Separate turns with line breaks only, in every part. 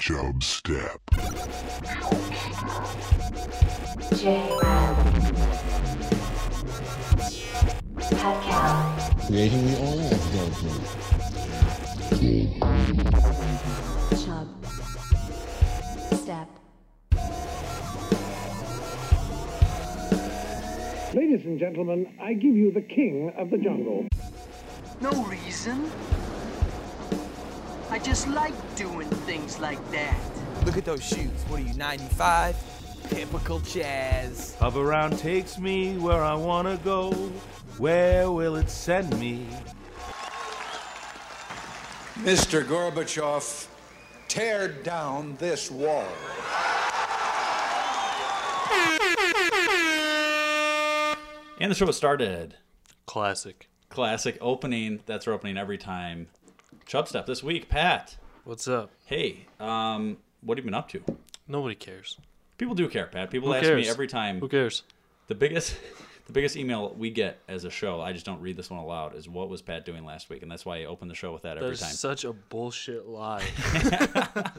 Job Step.
Creating the oil of
Chub. Step.
Ladies and gentlemen, I give you the king of the jungle.
No reason. I just like doing things like that.
Look at those shoes. What are you, 95? Typical jazz.
Hover round takes me where I wanna go. Where will it send me?
Mr. Gorbachev, tear down this wall.
And the show started.
Classic.
Classic opening. That's our opening every time. Chub Step this week, Pat.
What's up?
Hey, um, what have you been up to?
Nobody cares.
People do care, Pat. People
Who
ask
cares?
me every time.
Who cares?
The biggest, the biggest email we get as a show. I just don't read this one aloud. Is what was Pat doing last week? And that's why I open the show with that every
That is
time.
such a bullshit lie.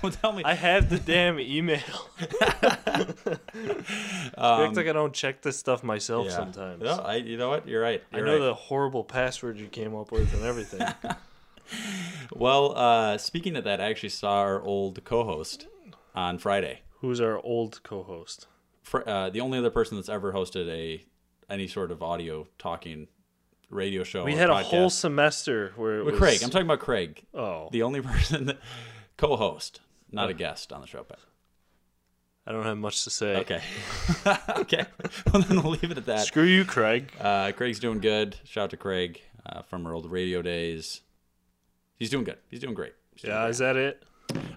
Well, tell me.
I have the damn email. you act like I don't check this stuff myself
Um, Yeah.
sometimes.
No, I, you know what? You're right.
I
You're
know
right.
the horrible password you came up with and everything.
Well, uh, speaking of that, I actually saw our old co-host on Friday.
Who's our old co-host?
Fr- uh, the only other person that's ever hosted a any sort of audio talking radio show.
We
or
had a
podcast.
whole semester where it
With
was
Craig. I'm talking about Craig,
Oh,
the only person that co-host, not a guest on the show. But
I don't have much to say.
okay, okay. Well, then we'll leave it at that.
Screw you, Craig.
Uh, Craig's doing good. Shout out to Craig uh, from our old radio days. He's doing good. He's doing great. He's doing
Yeah, is that it?
great.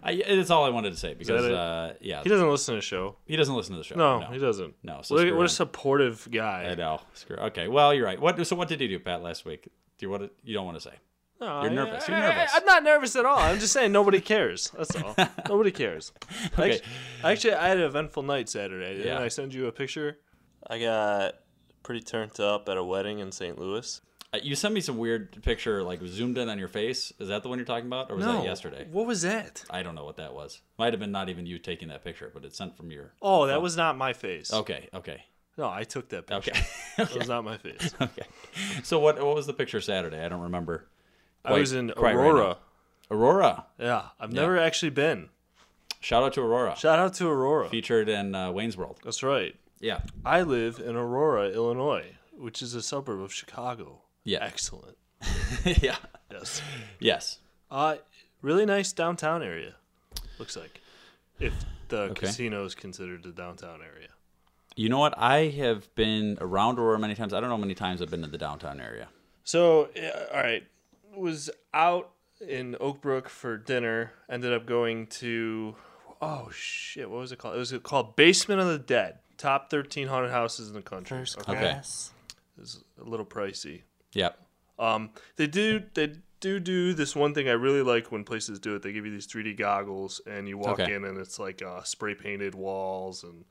I, it's all I wanted to say because
it?
uh, yeah,
He doesn't listen to the show.
he doesn't listen to the show.
No, he doesn't.
No, so
So what,
screw
what
him.
a supportive guy.
I know. Screw. Okay. Well, you're right. What? So what did you do, Pat, last week? Do you want to? You don't want to say.
No,
You're
I-
nervous. You're
I- I-
nervous.
I'm not nervous at all. I'm just saying nobody cares. That's all. nobody cares.
Okay.
Actually, actually, I had an eventful night Saturday. Didn't
Yeah.
I send you a picture? I got pretty turned up at a wedding in St. Louis.
Uh, You sent me some weird picture, like zoomed in on your face. Is that the one you're talking about, or was that yesterday?
What was that?
I don't know what that was. Might have been not even you taking that picture, but it's sent from your.
Oh, that was not my face.
Okay. Okay.
No, I took that picture.
Okay.
That was not my face.
okay. So what? What was the picture Saturday? I don't remember.
I was in
quite right
Aurora.
now. Aurora.
yeah, I've never actually been.
Shout out to Aurora.
Shout out to Aurora.
Featured in uh, Wayne's World.
That's right.
Yeah.
I live in Aurora, Illinois, which is a suburb of Chicago.
Yeah.
Excellent.
yeah.
Yes.
Yes.
Uh, really nice downtown area. Looks like, if the
Okay.
casino is considered the downtown area.
You know what? I have been around Aurora many times. I don't know how many times I've been to the downtown area.
So, yeah, all right, was out in Oak Brook for dinner. Ended up going to, oh shit, what was it called? It was called Basement of the Dead. Top thirteen haunted houses in the country. Okay.
Okay.
A little pricey.
Yep.
Um, they do they do do this one thing I really like when places do it. They give you these 3D goggles, and you walk
Okay.
in, and it's like uh, spray painted walls and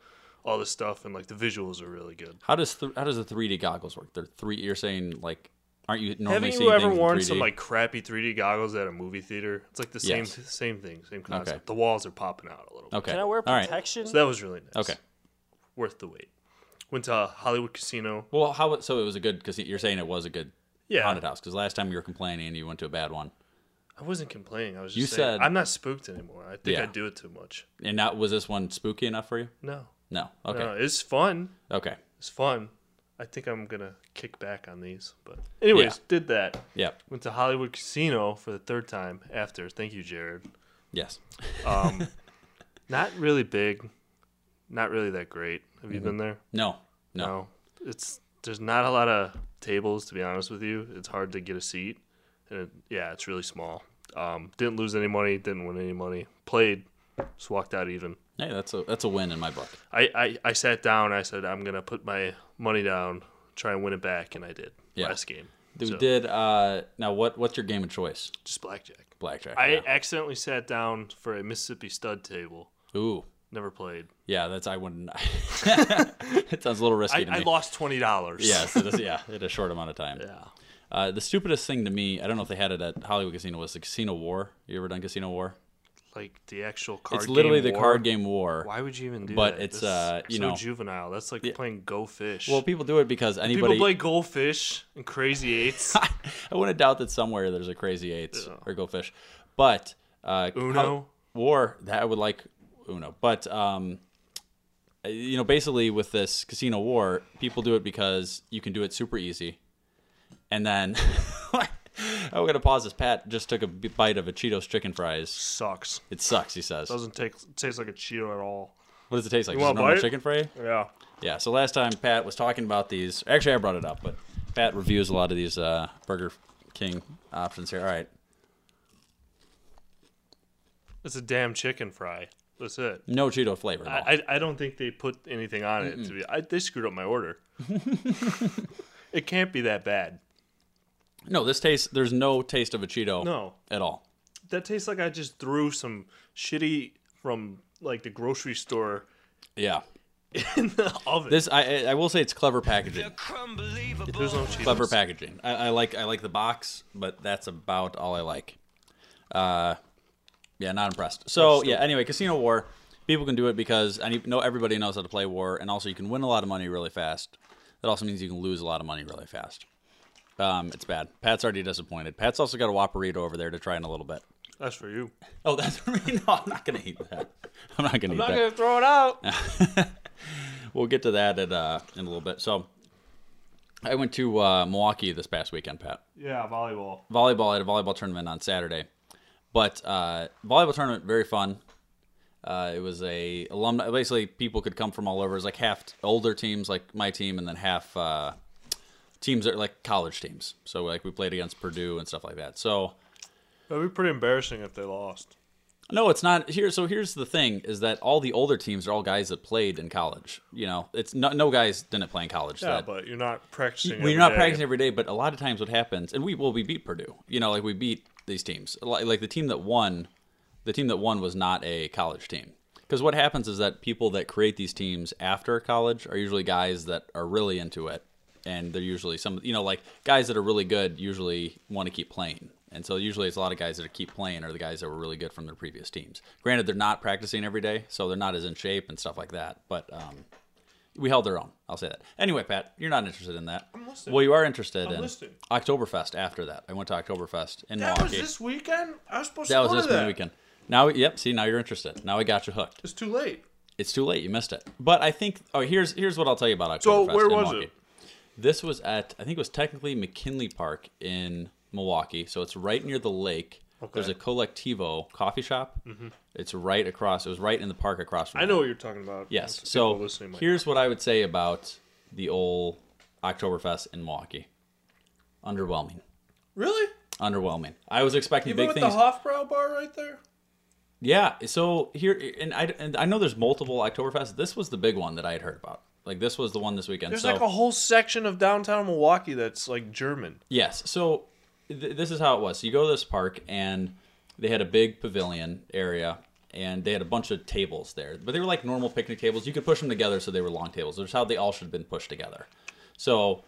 all this stuff, and like the visuals are really good.
How does th- how does the 3D goggles work? They're three. You're saying like, aren't you normally
Haven't
seeing
you ever
things in
worn
3D?
some like crappy 3D goggles at a movie theater? It's like the same
Yes.
same thing, same concept.
Okay.
The walls are popping out a little. bit.
Okay. Can I wear protection?
So that was really nice.
Okay.
worth the wait. Went to Hollywood Casino.
Well, how so? It was a good because you're saying it was a good
Yeah,
haunted house because last time you were complaining you went to a bad one,
I wasn't complaining. I was just
You
saying,
said-
I'm not spooked anymore. I think
Yeah.
I do it too much.
and that was this one spooky enough for you?
No,
No. Okay.
no, it's fun.
Okay.
It's fun. I think I'm gonna kick back on these. But anyways, did that.
Yep.
Went to Hollywood Casino for the third time after. Thank you, Jared.
Yes.
Um, not really big. Not really that great. Have you been there?
No. Mm-hmm. No.
It's there's not a lot of tables to be honest with you. It's hard to get a seat, and it, yeah, it's really small. Um, didn't lose any money. Didn't win any money. Played. Just walked out even.
Hey, that's a that's a win in my book.
I, I, I sat down. I said, I'm going to put my money down, try and win it back. And I did
Yeah.
last game.
We
So,
did. Uh, now what what's your game of choice?
Just blackjack.
Blackjack.
I
yeah.
accidentally sat down for a Mississippi stud table.
Ooh.
Never played.
Yeah, that's I wouldn't. it sounds a little risky
I,
to me.
I lost $20.
Yes, it is, yeah, in a short amount of time.
Yeah.
Uh, the stupidest thing to me, I don't know if they had it at Hollywood Casino, was the Casino War. You ever done Casino War?
like the actual card.
it's literally the
game war?
card game war.
Why would you even do
but
that?
it's,
That's
uh, you
so
know-
juvenile. That's like playing Go Fish.
Well, people do it because
people
anybody.
play Goldfish and Crazy Eights.
I wouldn't doubt that somewhere there's a crazy eights or go fish, but uh,
Uno?
how- war that I would like Uno, but um, uh, you know, basically with this casino war, people do it because you can do it super easy, and then I'm gonna pause this. Pat just took a b- bite of a Cheetos chicken fries.
Sucks.
It sucks, he says.
Doesn't take taste like a Cheeto at all.
What does it taste like?
You
Just a
want a
normal
bite?
chicken fry?
Yeah.
Yeah. So last time Pat was talking about these. Actually, I brought it up, but Pat reviews a lot of these uh, Burger King options here. All right.
It's a damn chicken fry. That's it.
No Cheeto flavor. though.
I, I I don't think they put anything on it. To be, I, they screwed up my order. it can't be that bad.
no, this tastes. There's no taste of a Cheeto.
No.
At all.
That tastes like I just threw some shitty from like the grocery store
Yeah.
in the oven.
This I I- I will say it's clever packaging.
There's no Cheetos.
Clever packaging. I, I like I like the box, but that's about all I like. Uh, yeah, not impressed. So yeah. Anyway, Casino War. People can do it because any no everybody knows how to play War, and also you can win a lot of money really fast. That also means you can lose a lot of money really fast. Um, it's bad. Pat's already disappointed. Pat's also got a Whopperito over there to try in a little bit.
That's for you.
Oh, that's for me. No, I'm not gonna eat that. I'm not gonna eat that.
throw it out.
we'll get to that at, uh, in a little bit. So, I went to uh, Milwaukee this past weekend, Pat.
Yeah, volleyball.
Volleyball I had a volleyball tournament on Saturday, but uh, volleyball tournament very fun. Uh, it was a alumni. Basically, people could come from all over. It was like half t- older teams, like my team, and then half uh, teams that are like college teams. So like we played against Purdue and stuff like that. So
That'd be pretty embarrassing if they lost.
no, it's not here. So here's the thing: is that all the older teams are all guys that played in college. You know, it's no, no guys didn't play in college.
Yeah,
that,
but you're not practicing.
Well,
every
you're not
day.
practicing every day, but a lot of times what happens, and we well, we beat Purdue. You know, like we beat these teams. Like, like the team that won, the team that won was not a college team. Because what happens is that people that create these teams after college are usually guys that are really into it, and they're usually some you know like guys that are really good usually want to keep playing, and so usually it's a lot of guys that keep playing are the guys that were really good from their previous teams. Granted, they're not practicing every day, so they're not as in shape and stuff like that. But um, we held their own. I'll say that. Anyway, Pat, you're not interested in that. I'm
listening.
Well, you are interested in
listening.
Oktoberfest. After that, I went to Oktoberfest in
That was
Milwaukee.
this weekend. I was supposed
that
to
was
go
this
to that.
weekend. Now, yep. See, now you're interested. Now I got you hooked.
It's too late.
It's too late. You missed it. But I think. Oh, here's here's what I'll tell you about Oktoberfest.
So, where
in
was
Milwaukee.
it?
This was at I think it was technically McKinley Park in Milwaukee. So it's right near the lake. There's a Colectivo coffee shop. It's right across. It was right in the park across from.
Mm-hmm. I know what you're talking about.
Yes.
People
So
listening might-
here's what I would say about the old Oktoberfest in Milwaukee. Underwhelming.
really
Underwhelming. I was expecting
even
big
with
things.
the Hofbrau bar right there.
yeah. So here, and I and I know there's multiple Oktoberfest. This was the big one that I had heard about. Like this was the one this weekend.
There's
so
like a whole section of downtown Milwaukee that's like German.
Yes. So th- this is how it was. So you go to this park, and they had a big pavilion area, and they had a bunch of tables there, but they were like normal picnic tables. You could push them together, so they were long tables. That's how they all should have been pushed together. So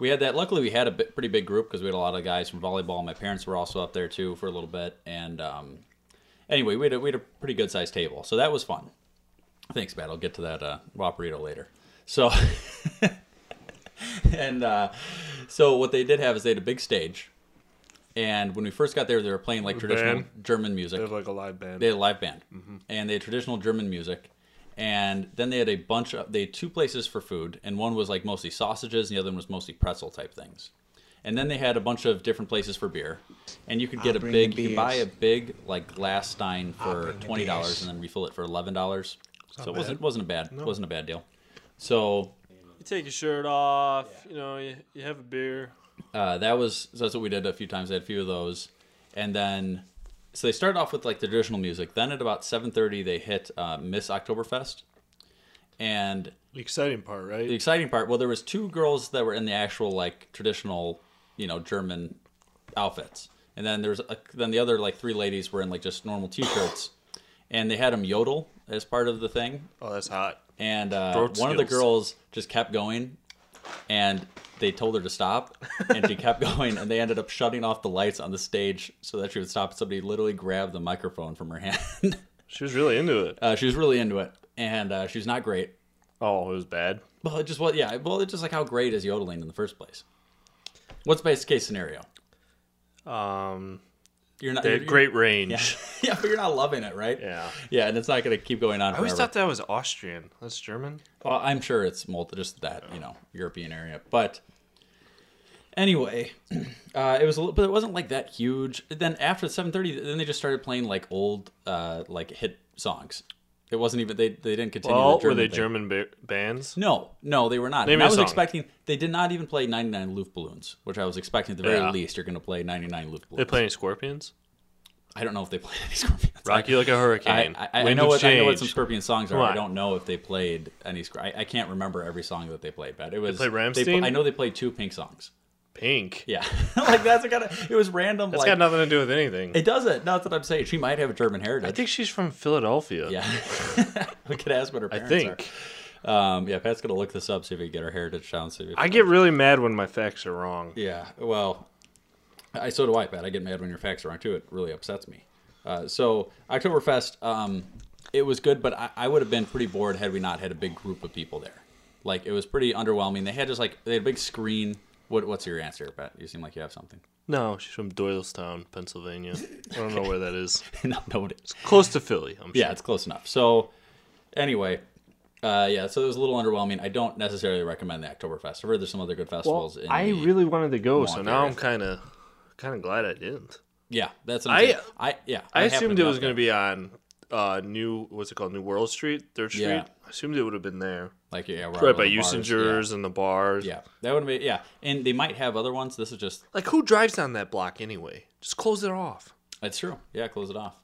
we had that. Luckily, we had a bi- pretty big group because we had a lot of guys from volleyball. My parents were also up there too for a little bit, and um, anyway, we had a, we had a pretty good sized table, so that was fun. Thanks, Matt. I'll get to that uh, Waparito later. So, and uh, so what they did have is they had a big stage, and when we first got there, they were playing like traditional
band.
German music.
They have like a live band.
They had a live band,
Mm-hmm.
and they had traditional German music, and then they had a bunch of they had two places for food, and one was like mostly sausages, and the other one was mostly pretzel type things, and then they had a bunch of different places for beer, and you could get a
bring
big
the
you could buy a
beers.
big like glass stein for
bring the
twenty dollars
beers.
and then refill it for eleven dollars, so it wasn't wasn't a bad wasn't a bad deal, so
You take your shirt off. You know, you, you have a beer.
uh, that was so that's what we did a few times. I had a few of those, and then so they started off with like the traditional music. Then at about seven thirty, they hit uh, Miss Oktoberfest, and
The exciting part, right?
the exciting part. Well, there was two girls that were in the actual like traditional, you know, German outfits, and then there's a, then the other like three ladies were in like just normal t-shirts, and they had them yodel as part of the thing,
oh, that's hot.
and uh, one
Throat
of the
skills.
girls just kept going and they told her to stop, and she kept going, and they ended up shutting off the lights on the stage so that she would stop. Somebody literally grabbed the microphone from her hand.
She was really into it.
uh, she was really into it, and uh, she was not great.
Oh, it was bad.
Well, it just was, yeah. Well, it's just like how great is yodeling in the first place? What's best case scenario?
Um,
You're not
they had
you're-
great range.
Yeah. yeah, but you're not loving it, right?
Yeah.
Yeah, and it's not going to keep going on
I always
forever.
thought that was Austrian. That's German.
Well, I'm sure it's multi, just that you know European area, but anyway, uh, it was a little, but it wasn't like that huge. Then after 7:30, then they just started playing like old uh, like hit songs. It wasn't even they they didn't continue.
Well,
the
were they
thing.
German ba- bands?
No, no, they were not. And
Name me
I
a
was
song.
expecting they did not even play 99 Loof Balloons, which I was expecting at the very
Yeah.
least you're going to play 99 Loof
They
Balloons.
play any Scorpions?
I don't know if they played any Scorpions.
Rock You Like a Hurricane,
I, I, I
Wind
know
of
what I know what some
Change.
Scorpion songs are.
Come
I
on.
don't know if they played any. Sc- I, I can't remember every song that they played, but it was
played
they pl-
Rammstein?
I know they played two Pink songs.
Pink.
Yeah, like that's kind of it was random.
That's
like
got nothing to do with anything.
it doesn't. Not that I'm saying she might have a German heritage.
I think she's from Philadelphia.
yeah, we could ask what her
I
parents
think.
are. Um, yeah, Pat's gonna look this up see if we can get her heritage down. See if we
I get really mad when my facts are wrong.
Yeah, well, I so do I, Pat. I get mad when your facts are wrong too. It really upsets me. Uh, so Oktoberfest, um, it was good, but I, I would have been pretty bored had we not had a big group of people there. Like it was pretty underwhelming. They had just like they had a big screen. What, what's your answer, Pat? You seem like you have something.
No, she's from Doylestown, Pennsylvania. I don't know where that is.
no, nobody.
Close to Philly, I'm sure.
Yeah, it's close enough. So anyway. Uh, yeah, so it was a little underwhelming. I don't necessarily recommend the Oktoberfest. I've heard there's some other good festivals. in
I
the-
really wanted to go, so
Milwaukee
now I'm
area.
kind of kind of glad I didn't.
yeah, that's. What I'm
I-
saying. I yeah,
I,
happened
assumed
to
it was
up
going
there.
to be on uh new what's it called New World Street, Third Street.
Yeah.
I assumed it would have been there,
like yeah, we're out
right
on
by
the bars. Yeah.
Usingers and the bars.
Yeah, that would be yeah, and they might have other ones. This is just
Like who drives down that block anyway? Just close it off.
that's true. Yeah, close it off.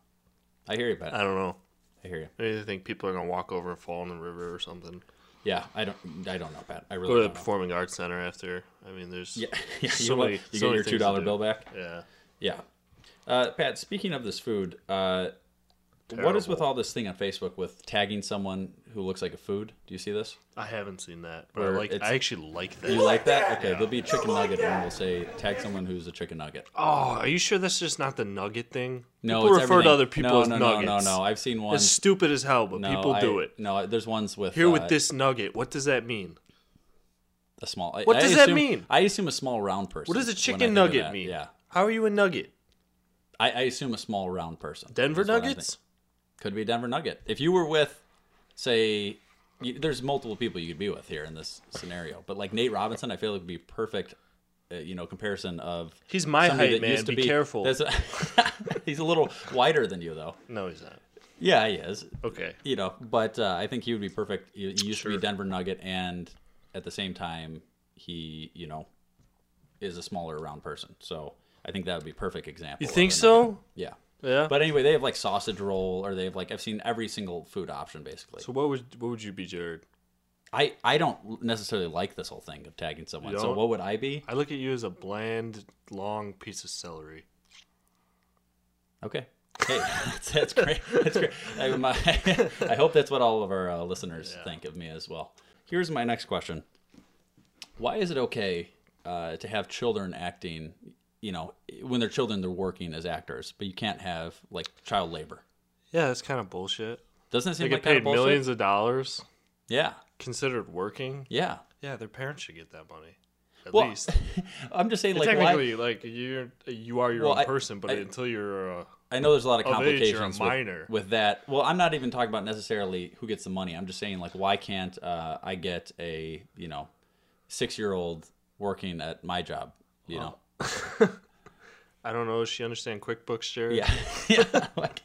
I hear you, Pat.
I don't know.
I hear you.
Maybe they think people are going to walk over and fall in the river or something.
Yeah, I don't. I don't know, Pat. I really
Go to the
don't know.
Performing Arts Center after. I mean, there's
Yeah, yeah.
so
you know what?
many-
you
so
get
many
your
things to
two dollar
do.
bill back.
Yeah.
Yeah. Uh, Pat, speaking of this food, uh, what is with all this thing on Facebook with tagging someone who looks like a food? Do you see this?
I haven't seen that, but I
Where
like.
it's-
I actually like that.
You like that? Okay, there'll be a chicken nugget, and we'll say tag someone who's a chicken nugget.
Oh, are you sure that's just not the nugget thing?
No,
people
it's
refer
everything.
to other people
no,
as
no,
nuggets.
No, no, no. I've seen one.
It's stupid as hell, but
no,
people
I-
do it.
No, there's ones with
Here
uh,
with this nugget, what does that mean?
a small.
What
I,
does
I
that
assume-
mean?
I assume a small round person.
What does a
when I
chicken
think of
nugget
that.
mean?
Yeah,
How are you a nugget?
I, I assume a small round person.
Denver
That's what I'm
Nuggets?
thinking. could be a Denver Nugget. If you were with, say, you, there's multiple people you could be with here in this scenario, but like Nate Robinson, I feel like would be perfect. Uh, you know, comparison of
He's my
somebody
height,
that
man.
used to
Be careful.
that's a- he's a little wider than you, though.
No, he's not.
Yeah, he is.
Okay.
You know, but uh, I think he would be perfect. He, he used to be Denver Nugget, and at the same time, he you know is a smaller round person. So I think that would be a perfect example.
You
of
think
a nugget.
so?
Yeah.
Yeah.
But anyway, they have like sausage roll, or they have like I've seen every single food option basically.
so what would what would you be, Jared?
I I don't necessarily like this whole thing of tagging someone.
You
So
don't?
what would I be?
I look at you as a bland, long piece of celery.
Okay. Hey, that's, that's great. That's great. I, my- I hope that's what all of our uh, listeners think of me as well. Here's my next question: Why is it okay uh, to have children acting? You know, when they're children, they're working as actors, but you can't have like child labor.
Yeah, that's kind of bullshit.
Doesn't it
They
seem
get
like kind of
paid
bullshit?
millions of dollars,
Yeah,
considered working.
yeah.
Yeah, their parents should get that money. At
Well,
least.
I'm just saying,
And
like, why?
technically, like you're you are your
Well,
own
I-
person, but
I-
until you're uh,
I know there's a lot of
Of age, you're a
complications with-
minor.
With, that. Well, I'm not even talking about necessarily who gets the money. I'm just saying like why can't uh, I get a you know six year old working at my job? You know,
I don't know, does she understand QuickBooks, Jared?
yeah, yeah. like-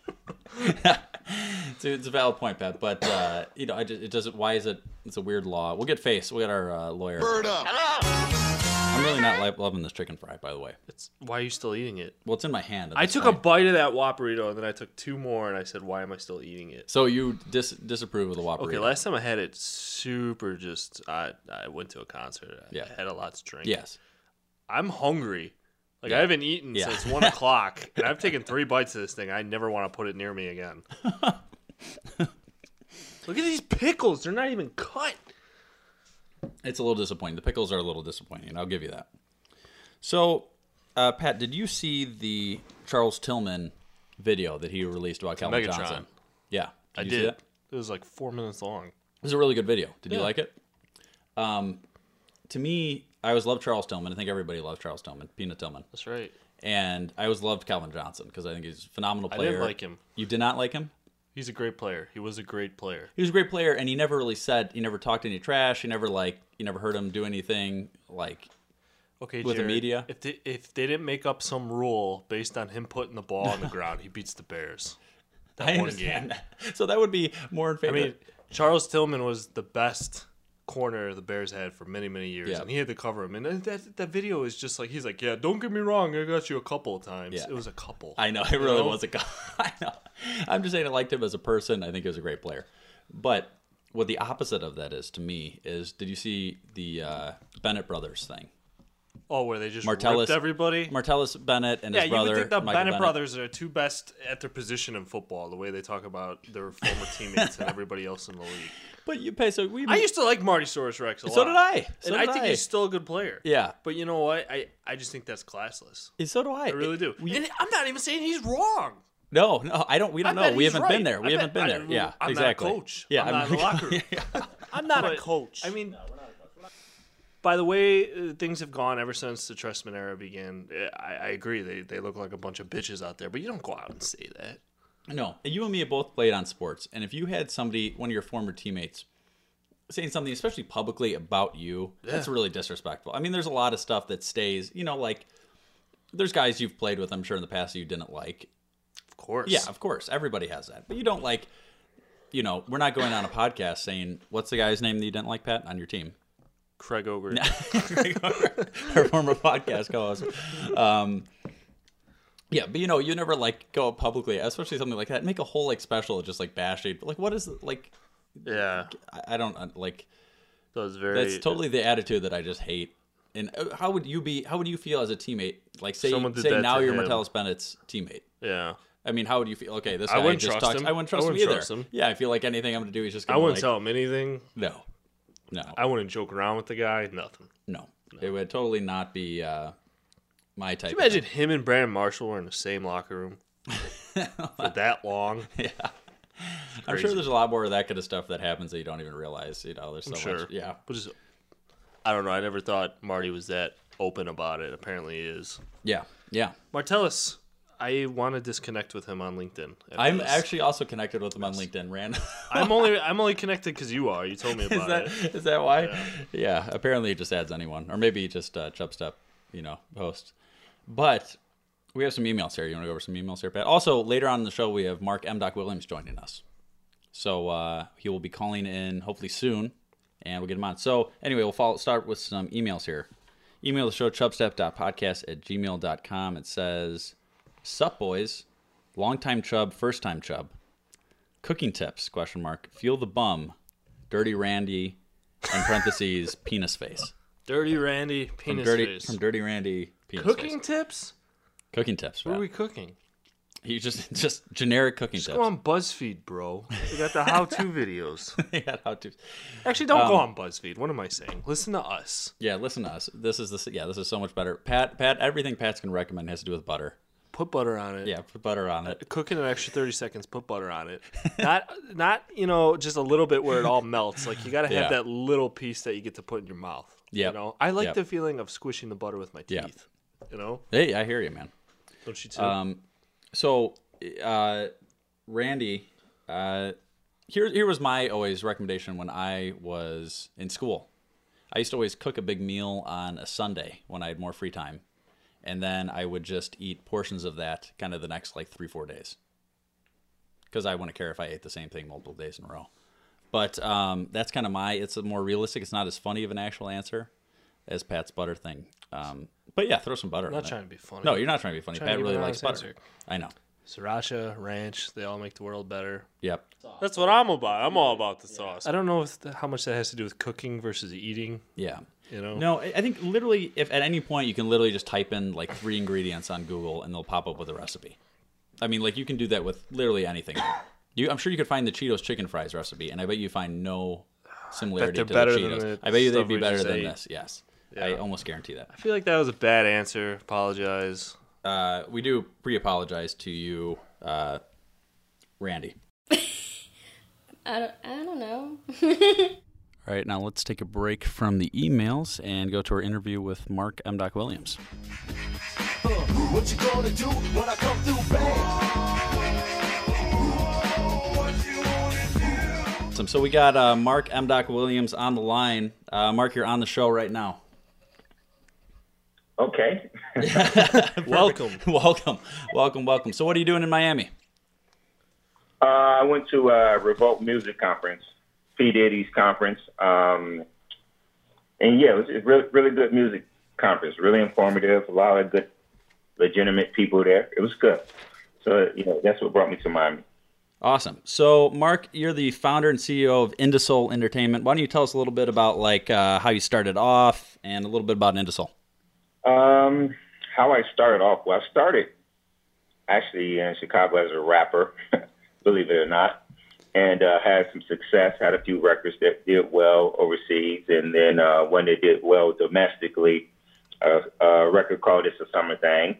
it's, a, it's a valid point, Pat. But uh, you know, I just, it doesn't. Why is it? It's a weird law. We'll get face. We'll get our uh, lawyer.
Bird up.
I'm really not li- loving this chicken fry, by the way.
It's why are you still eating it?
Well, it's in my hand. at
I
this
took a
point.
bite of that Whopperito and then I took two more and I said, why am I still eating it?
So you dis- disapprove of the Whopper?
Okay,
burrito.
last time I had it, super just I I went to a concert. I
Yeah.
had a lot to drink.
Yes.
I'm hungry. Like
Yeah.
I haven't eaten
Yeah.
since one o'clock, and I've taken three bites of this thing. I never want to put it near me again. Look at these pickles; they're not even cut.
It's a little disappointing. The pickles are a little disappointing. I'll give you that. So, uh, Pat, did you see the Charles Tillman video that he released about Calvin
Megatron.
Johnson? Yeah,
I
you see
did.
that?
It was like four minutes long.
It was a really good video. Did you
Yeah.
like it? Um, to me, I always loved Charles Tillman. I think everybody loves Charles Tillman, Peanut Tillman,
That's right.
and I always loved Calvin Johnson because I think he's a phenomenal
I
player.
didn't like him.
You did not like him.
He's a great player. He was a great player.
He was a great player, and he never really said. He never talked any trash. He never like. You never heard him do anything like.
Okay,
With the
Jared,
media?
If they if they didn't make up some rule based on him putting the ball on the ground, he beats the Bears. That
I
one
understand
game.
that. So that would be more in
I
favor.
mean, Charles Tillman was the best corner the Bears had for many many years,
Yeah.
and he had to cover him. And that that video is just like he's like, yeah, don't get me wrong, I got you a couple of times.
Yeah.
It was a couple.
I know it really
know?
was a guy. I know. I'm just saying I liked him as a person. I think he was a great player. But what the opposite of that is to me is, did you see the uh, Bennett brothers thing?
oh, where they just
Martellus
ripped everybody.
Martellus Bennett and
yeah,
his
you
brother.
would think the
Michael
Bennett, brothers are two best at their position in football. The way they talk about their former teammates and everybody else in the league.
But you pay so we.
I used to like Marty Soros Rex a lot.
So did I. So
and
did
I think
I.
he's still a good player.
Yeah.
But you know what? I, I just think that's classless.
And so do I.
I really do.
We-
and I'm not even saying he's wrong.
no, no, I don't. We don't
I
know.
bet
We
he's
haven't been
right.
there. We
I
haven't
bet-
been there.
I-
yeah,
I'm not a
exactly.
coach.
Yeah,
I'm not in the locker room. I'm not a coach. I mean, by the way uh, things have gone ever since the Trustman era began, uh, I, I agree. They, they look like a bunch of bitches out there, but you don't go out and say that.
No, you and me have both played on sports, and if you had somebody, one of your former teammates, saying something, especially publicly about you, that's really disrespectful. I mean, there's a lot of stuff that stays. You know, like there's guys you've played with, I'm sure, in the past that you didn't like.
Of course.
Yeah, of course, everybody has that, but you don't like. You know, we're not going on a podcast saying what's the guy's name that you didn't like, Pat, on your team.
Craig Ogre.
Our former podcast co-host. Um, yeah, but you know, you never like go publicly, especially something like that. Make a whole like special, just like bashing. But like, what is like?
Yeah.
I- I don't uh, like.
That was very.
That's totally the attitude that I just hate. And uh, how would you be? How would you feel as a teammate? Like, say,
Someone did
say
that
now
to
you're
him.
Martellus Bennett's teammate.
Yeah.
I mean, how would you feel? Okay, this
I
guy
wouldn't
just
trust
talks.
him.
I wouldn't trust
I
him
wouldn't
either.
trust him.
Yeah, I feel like anything I'm gonna do, he's just.
I
Gonna,
wouldn't
like,
tell him anything.
No, no,
I wouldn't joke around with the guy. Nothing.
no. It would totally not be uh, my type. of thing.
Imagine him and Brandon Marshall were in the same locker room for that long.
I'm sure
crazy.
there's a lot more of that kind of stuff that happens that you don't even realize. You know, there's so
I'm sure.
much. Yeah.
Which is, I don't know. I never thought Marty was that open about it. Apparently, he is.
Yeah. Yeah.
Martellus, I want to disconnect with him on LinkedIn. after
I'm
this.
actually also connected with them on LinkedIn, Ran.
I'm only. I'm only connected because you are. You told me
is
about
that
it.
is that why? Yeah. apparently he just adds anyone. Or maybe he just uh Chubb Step, you know, hosts. But we have some emails here. You want to go over some emails here, Pat? Also, later on in the show we have Mark M. Doc Williams joining us. So uh he will be calling in hopefully soon and we'll get him on. So anyway, we'll follow start with some emails here. Email the show chubstep.podcast at gmail.com. It says Sup boys, long time chub, first time chub. Cooking tips, question mark. Feel the bum. Dirty Randy, in parentheses, penis face.
Dirty Randy penis
dirty
face.
from Dirty Randy, penis
cooking
face.
tips?
Cooking tips.
What
Pat.
are we cooking?
You just just generic cooking
Just
tips.
go on BuzzFeed, bro. We got the how-to videos.
yeah, how to.
Actually, don't go on BuzzFeed. What am I saying? Listen to us.
Um, Yeah, listen to us. This is this. Yeah, this is so much better. Pat, Pat, everything Pat's gonna recommend has to do with butter.
Put butter on it.
Yeah, put butter on it.
Cook it an extra thirty seconds. Put butter on it. Not, not you know, just a little bit where it all melts. Like you got to have
Yeah.
that little piece that you get to put in your mouth.
Yep.
You know, I like
Yep.
the feeling of squishing the butter with my teeth.
Yeah.
You know,
Hey, I hear you, man.
don't you too?
Um, So, uh, Randy, uh, here here was my always recommendation when I was in school. I used to always cook a big meal on a Sunday when I had more free time, and then I would just eat portions of that kind of the next like three four days, because I wouldn't care if I ate the same thing multiple days in a row. But um, that's kind of my. It's a more realistic. It's not as funny of an actual answer as Pat's butter thing. Um, but yeah, throw some butter.
I'm not
in
trying to
it.
be funny.
No, you're not trying to be funny.
Trying
Pat
to give
really
an
likes butter.
honest answer.
I know.
Sriracha, ranch, they all make the world better.
Yep.
That's what I'm about. I'm all about the sauce. I don't know if the, how much that has to do with cooking versus eating.
Yeah.
You know?
No, I I think literally, if at any point you can literally just type in like three ingredients on Google and they'll pop up with a recipe. I mean, like you can do that with literally anything. You, I'm sure you could find the Cheetos chicken fries recipe, and I bet you find no similarity
they're
to
better
the
than
Cheetos.
the
I bet you they'd
stuff
be
we
better
just
than
ate.
this. Yes, I almost guarantee that.
I feel like that was a bad answer. Apologize.
Uh, we do pre-apologize to you, uh, Randy.
I don't, I don't know.
All right, now let's take a break from the emails and go to our interview with Mark M. Doc Williams.
What you gonna do when I come through bad?
Awesome. So we got uh, Mark M. Doc Williams on the line. Uh, Mark, you're on the show right now.
Okay.
Welcome.
welcome, welcome, welcome. So what are you doing in Miami?
Uh, I went to a Revolt Music Conference, P. Diddy's conference. Um, and yeah, it was a really, really good music conference, really informative, a lot of good, legitimate people there. It was good. So, you know, that's what brought me to Miami.
Awesome. So Mark, you're the founder and CEO of Indusol Entertainment. Why don't you tell us a little bit about like uh, how you started off and a little bit about Indusol?
Um, how I started off? Well, I started actually in Chicago as a rapper, believe it or not, and uh, had some success. Had a few records that did well overseas, and then uh, one that did well domestically. A, a record called "It's a Summer Thing"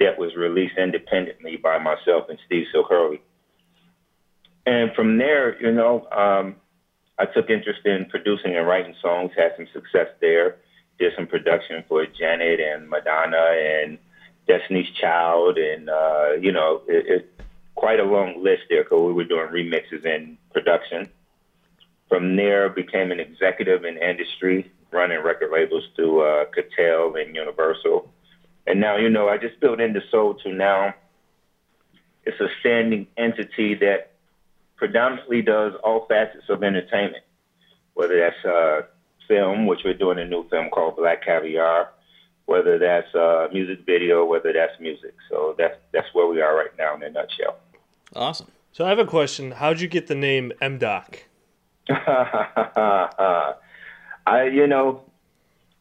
that was released independently by myself and Steve Silhurley. And from there, you know, um, I took interest in producing and writing songs. Had some success there did some production for Janet and Madonna and Destiny's Child, and uh, you know, it, it, quite a long list there because we were doing remixes and production. From there, became an executive in industry, running record labels to uh, Cattell and Universal, and now you know I just built into Soul to now. It's a standing entity that predominantly does all facets of entertainment, whether that's uh, film, which we're doing a new film called Black Caviar, whether that's uh, music video, whether that's music. So that's that's where we are right now in a nutshell.
Awesome.
So I have a question. How'd you get the name M Doc?
I you know,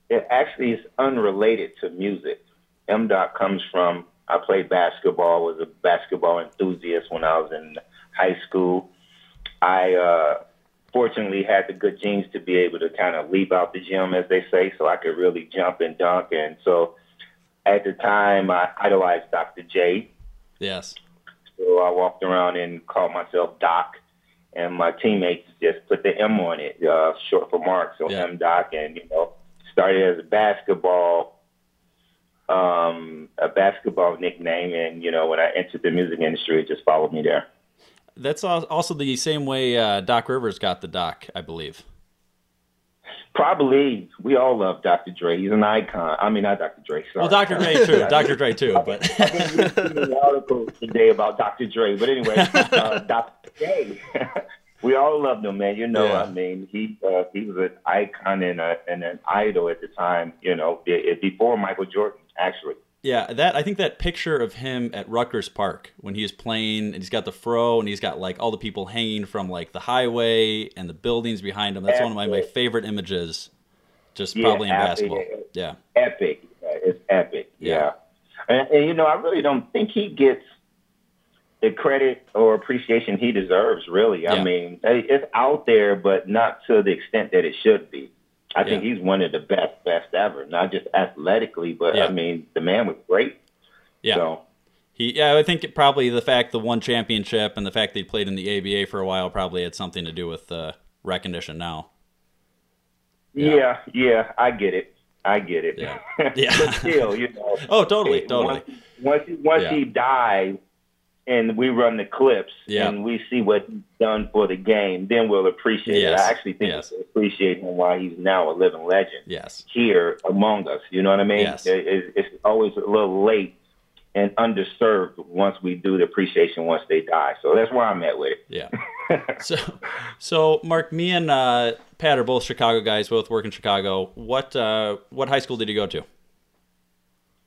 it actually is unrelated to music. M dot comes from I played basketball, was a basketball enthusiast when I was in high school. I uh fortunately had the good genes to be able to kind of leap out the gym as they say, so I could really jump and dunk and so at the time I idolized Dr. J.
Yes.
So I walked around and called myself Doc, and my teammates just put the M on it, uh, short for Mark, so
Yeah.
M Doc, and you know, started as a basketball, um, a basketball nickname, and you know, when I entered the music industry, it just followed me there.
That's al- also the same way uh, Doc Rivers got the doc, I believe.
Probably we all love Dr. Dre. He's an icon. I mean, not Dr. Dre. Sorry.
Well, Dr. Dre too. Dr. Dre too, but
an article today about Dr. Dre, but anyway, uh, Dr. Dre. we all loved him, man. You know,
Yeah.
I mean, he uh, he was an icon and, a, and an idol at the time. You know, be- it, before Michael Jordan, actually.
Yeah, that I think that picture of him at Rutgers Park when he is playing and he's got the fro and he's got like all the people hanging from like the highway and the buildings behind him. That's one of my, my
Absolutely.
favorite images, just
Yeah,
probably in
I-
basketball. Yeah.
Epic. Uh, It's epic.
Yeah.
Yeah. And, and you know, I really don't think he gets the credit or appreciation he deserves. Really,
Yeah.
I mean, it- it's out there, but not to the extent that it should be. I think
Yeah.
he's one of the best, best ever. Not just athletically, but
Yeah.
I mean, the man was great.
Yeah.
So
He yeah, I think it probably the fact the one championship and the fact that he played in the ABA for a while probably had something to do with uh, recognition now.
yeah. yeah, I get it. I get it.
Yeah. Yeah.
but still, you know.
Oh, totally,
it-
totally.
Once once, he- once
Yeah.
he dies, and we run the clips,
Yeah.
and we see what he's done for the game, then we'll appreciate
Yes,
it. I actually think
yes.
we appreciate him while he's now a living legend
Yes.
here among us. You know what I mean?
Yes.
It- it- it's always a little late and underserved once we do the appreciation once they die. So that's where I'm at with it.
Yeah. so, so Mark, me and uh, Pat are both Chicago guys. Both work in Chicago. What uh, what high school did you go to?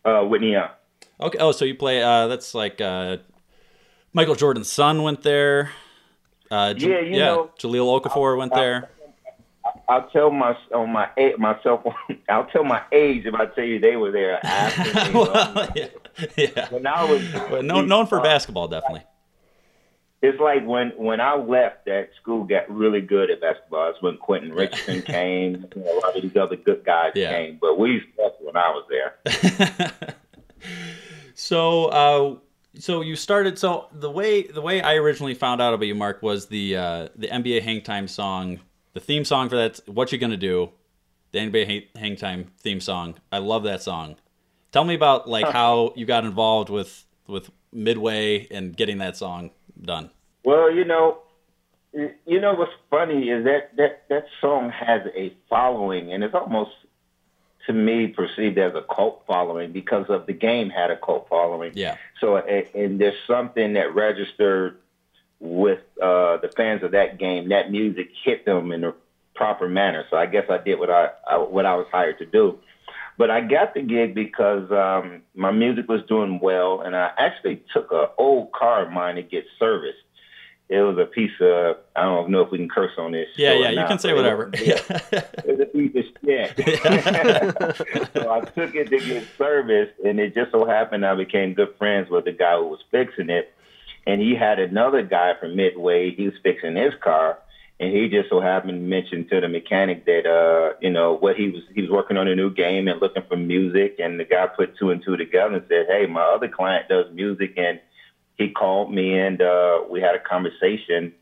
Uh, Whitney Young.
Okay. Oh, so you play? Uh, that's like uh, Michael Jordan's son went there. Uh, J-
Yeah, you know- uh,
Jaleel Okafor went there.
I'll tell my on my a- myself. I'll tell my age if I tell you they were there. After me,
well, yeah, yeah.
When I was
But no, known for
uh,
basketball, definitely.
it's like when when I left that school got really good at basketball. It's when Quentin Richardson came, you know, a lot of these other good guys
Yeah.
came. But we sucked when I was there.
So, uh, so you started. So the way the way I originally found out about you, Mark, was the uh, the NBA Hang Time song, the theme song for that. What you gonna do? The NBA Hang, Hang Time theme song. I love that song. Tell me about like how you got involved with with Midway and getting that song done.
Well, you know, y- you know what's funny is that that that song has a following, and it's almost to me perceived as a cult following because of the game had a cult following.
Yeah.
So, a- and there's something that registered with uh, the fans of that game. That music hit them in the proper manner. So I guess I did what I, I what I was hired to do. But I got the gig because um, my music was doing well, and I actually took an old car of mine to get serviced. It was a piece of I don't know if we can curse on this.
Yeah,
show or
yeah, you
not,
can say
but it
whatever.
was- it was a piece of shit. so I took it to get serviced, and it just so happened I became good friends with the guy who was fixing it. And he had another guy from Midway. He was fixing his car, and he just so happened to mention to the mechanic that uh, you know what he was he was working on a new game and looking for music. And the guy put two and two together and said, "Hey, my other client does music," and he called me and uh, we had a conversation.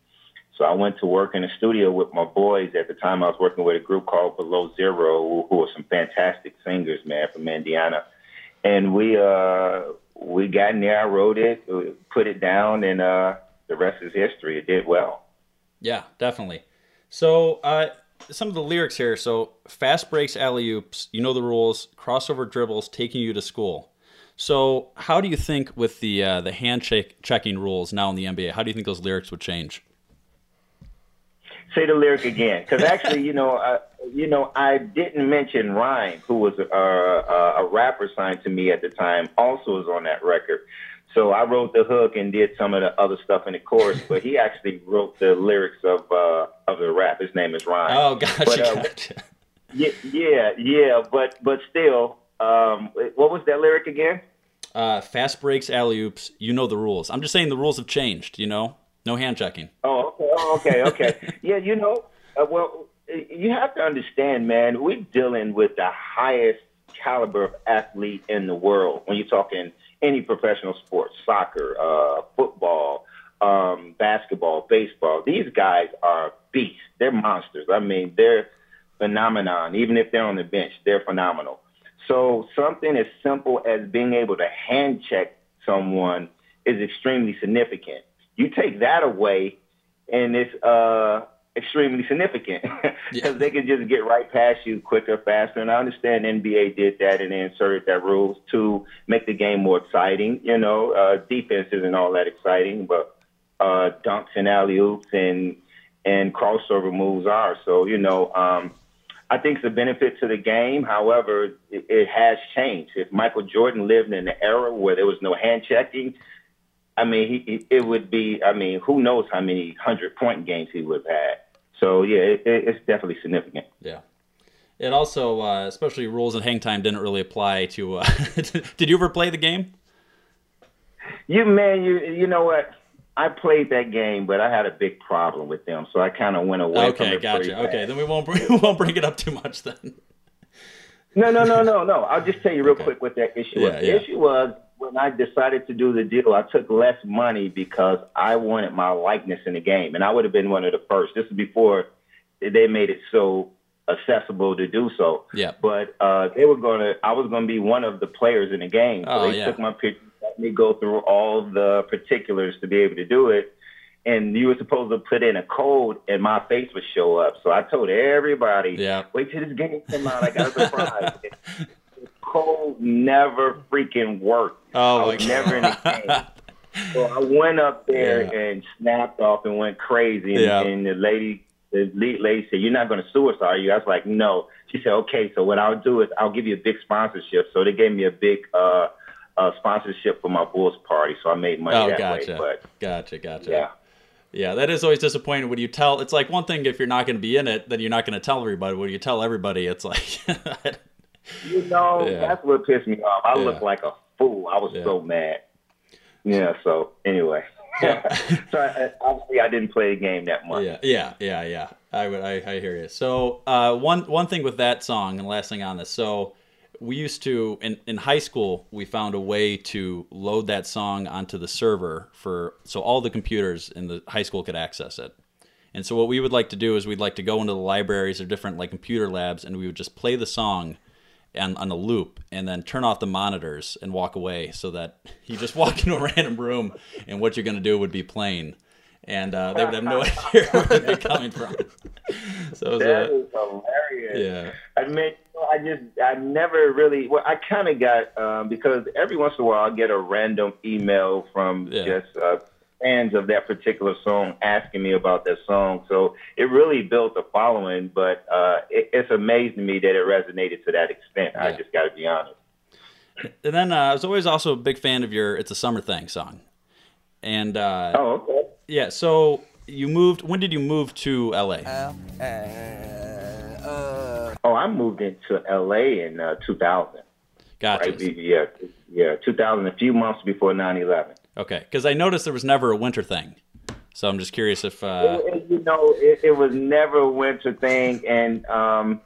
So I went to work in the studio with my boys. At the time, I was working with a group called Below Zero, who- who are some fantastic singers, man, from Indiana. And we uh, we got in there. I wrote it, uh, put it down, and uh, the rest is history. It did well.
Yeah, definitely. So, uh, some of the lyrics here. So, fast breaks, alley oops, you know the rules, crossover dribbles, taking you to school. So, how do you think with the uh, the handshake checking rules now in the NBA? How do you think those lyrics would change?
say the lyric again because actually you know uh, you know i didn't mention rhyme who was a, a, a rapper signed to me at the time also was on that record so i wrote the hook and did some of the other stuff in the chorus but he actually wrote the lyrics of uh, of the rap his name is rhyme
Oh, gotcha,
But, uh,
gotcha.
yeah yeah yeah but but still um, what was that lyric again
Uh, fast breaks, alley oops, you know the rules. I'm just saying the rules have changed. You know, no hand checking.
Oh, okay, oh, okay, okay. yeah, you know, uh, well, uh, you have to understand, man. We're dealing with the highest caliber of athlete in the world when you're talking any professional sport, soccer, uh, football, um, basketball, baseball. These guys are beasts. They're monsters. I mean, they're phenomenon. Even if they're on the bench, they're phenomenal. So something as simple as being able to hand check someone is extremely significant. You take that away, and it's uh, extremely significant because they can just get right past you quicker, faster. And I understand NBA did that and they inserted that rules to make the game more exciting. You know, uh, defense isn't all that exciting, but uh, dunks and alley oops and and crossover moves are. So you know, um, I think it's a benefit to the game. However, it, it has changed. If Michael Jordan lived in an era where there was no hand checking, I mean, he, he, it would be. I mean, who knows how many hundred point games he would have had. So yeah, it, it, it's definitely significant.
Yeah. It also, uh, especially rules and hang time, didn't really apply to. Uh, did you ever play the game?
You man, you you know what? I played that game, but I had a big problem with them, so I kind of went away.
okay,
from it pretty
gotcha.
fast.
Okay, then we won't bring, we won't bring it up too much then.
No, no, no, no, no. I'll just tell you real quick what that issue
Yeah,
was. The
yeah.
issue was when I decided to do the deal, I took less money because I wanted my likeness in the game, and I would have been one of the first. This is before they made it so accessible to do so.
Yeah.
But uh, they were gonna. I was gonna be one of the players in the game. So
Oh,
they
yeah.
took my picture, let me go through all the particulars to be able to do it. And you were supposed to put in a code, and my face would show up. So I told everybody,
Yeah.
"Wait till this game come out. I got a surprise." the code never freaking worked. I
Oh my
was never in the game.
god.
So I went up there
Yeah.
and snapped off and went crazy. And,
Yeah.
and the lady, the lead lady said, "You're not going to sue us, are you?" I was like, "No." She said, "Okay, so what I'll do is I'll give you a big sponsorship." So they gave me a big uh, uh, sponsorship for my Bulls party. So I made money
Oh,
that
gotcha.
way.
gotcha, gotcha.
But yeah.
Yeah, that is always disappointing when you tell. It's like one thing if you're not going to be in it, then you're not going to tell everybody. When you tell everybody, it's like,
You know,
Yeah.
that's what pissed me off. I
Yeah.
looked like a fool. I was
Yeah.
so mad. Yeah. So anyway, so I, I- obviously, I didn't play a game that much.
Yeah, yeah, yeah, yeah. I would, I, I hear you. So uh, one one thing with that song, and last thing on this. So we used to in in high school, we found a way to load that song onto the server for so all the computers in the high school could access it. And so what we would like to do is we'd like to go into the libraries or different like computer labs, and we would just play the song. On, on a loop and then turn off the monitors and walk away so that you just walk into a random room and what you're going to do would be playing and uh, they would have no idea where they'd be coming from. So it was,
That
uh,
is hilarious.
yeah,
I mean, I just, I never really, well, I kind of got, um, because every once in a while I get a random email from just uh, fans of that particular song asking me about that song. So it really built a following, but uh, it, it's amazing to me that it resonated to that extent. I just got to be honest.
and then uh, I was always also a big fan of your "It's a Summer Thing" song. And uh,
oh, okay.
Yeah, so you moved. When did you move to LA?
uh,
Oh, I moved into LA in uh, 2000.
Gotcha.
Right? Yeah, yeah, 2000, a few months before 9 11.
Okay, because I noticed there was never a winter thing. So I'm just curious if uh,
It- it- you know, it, it was never a winter thing, and um,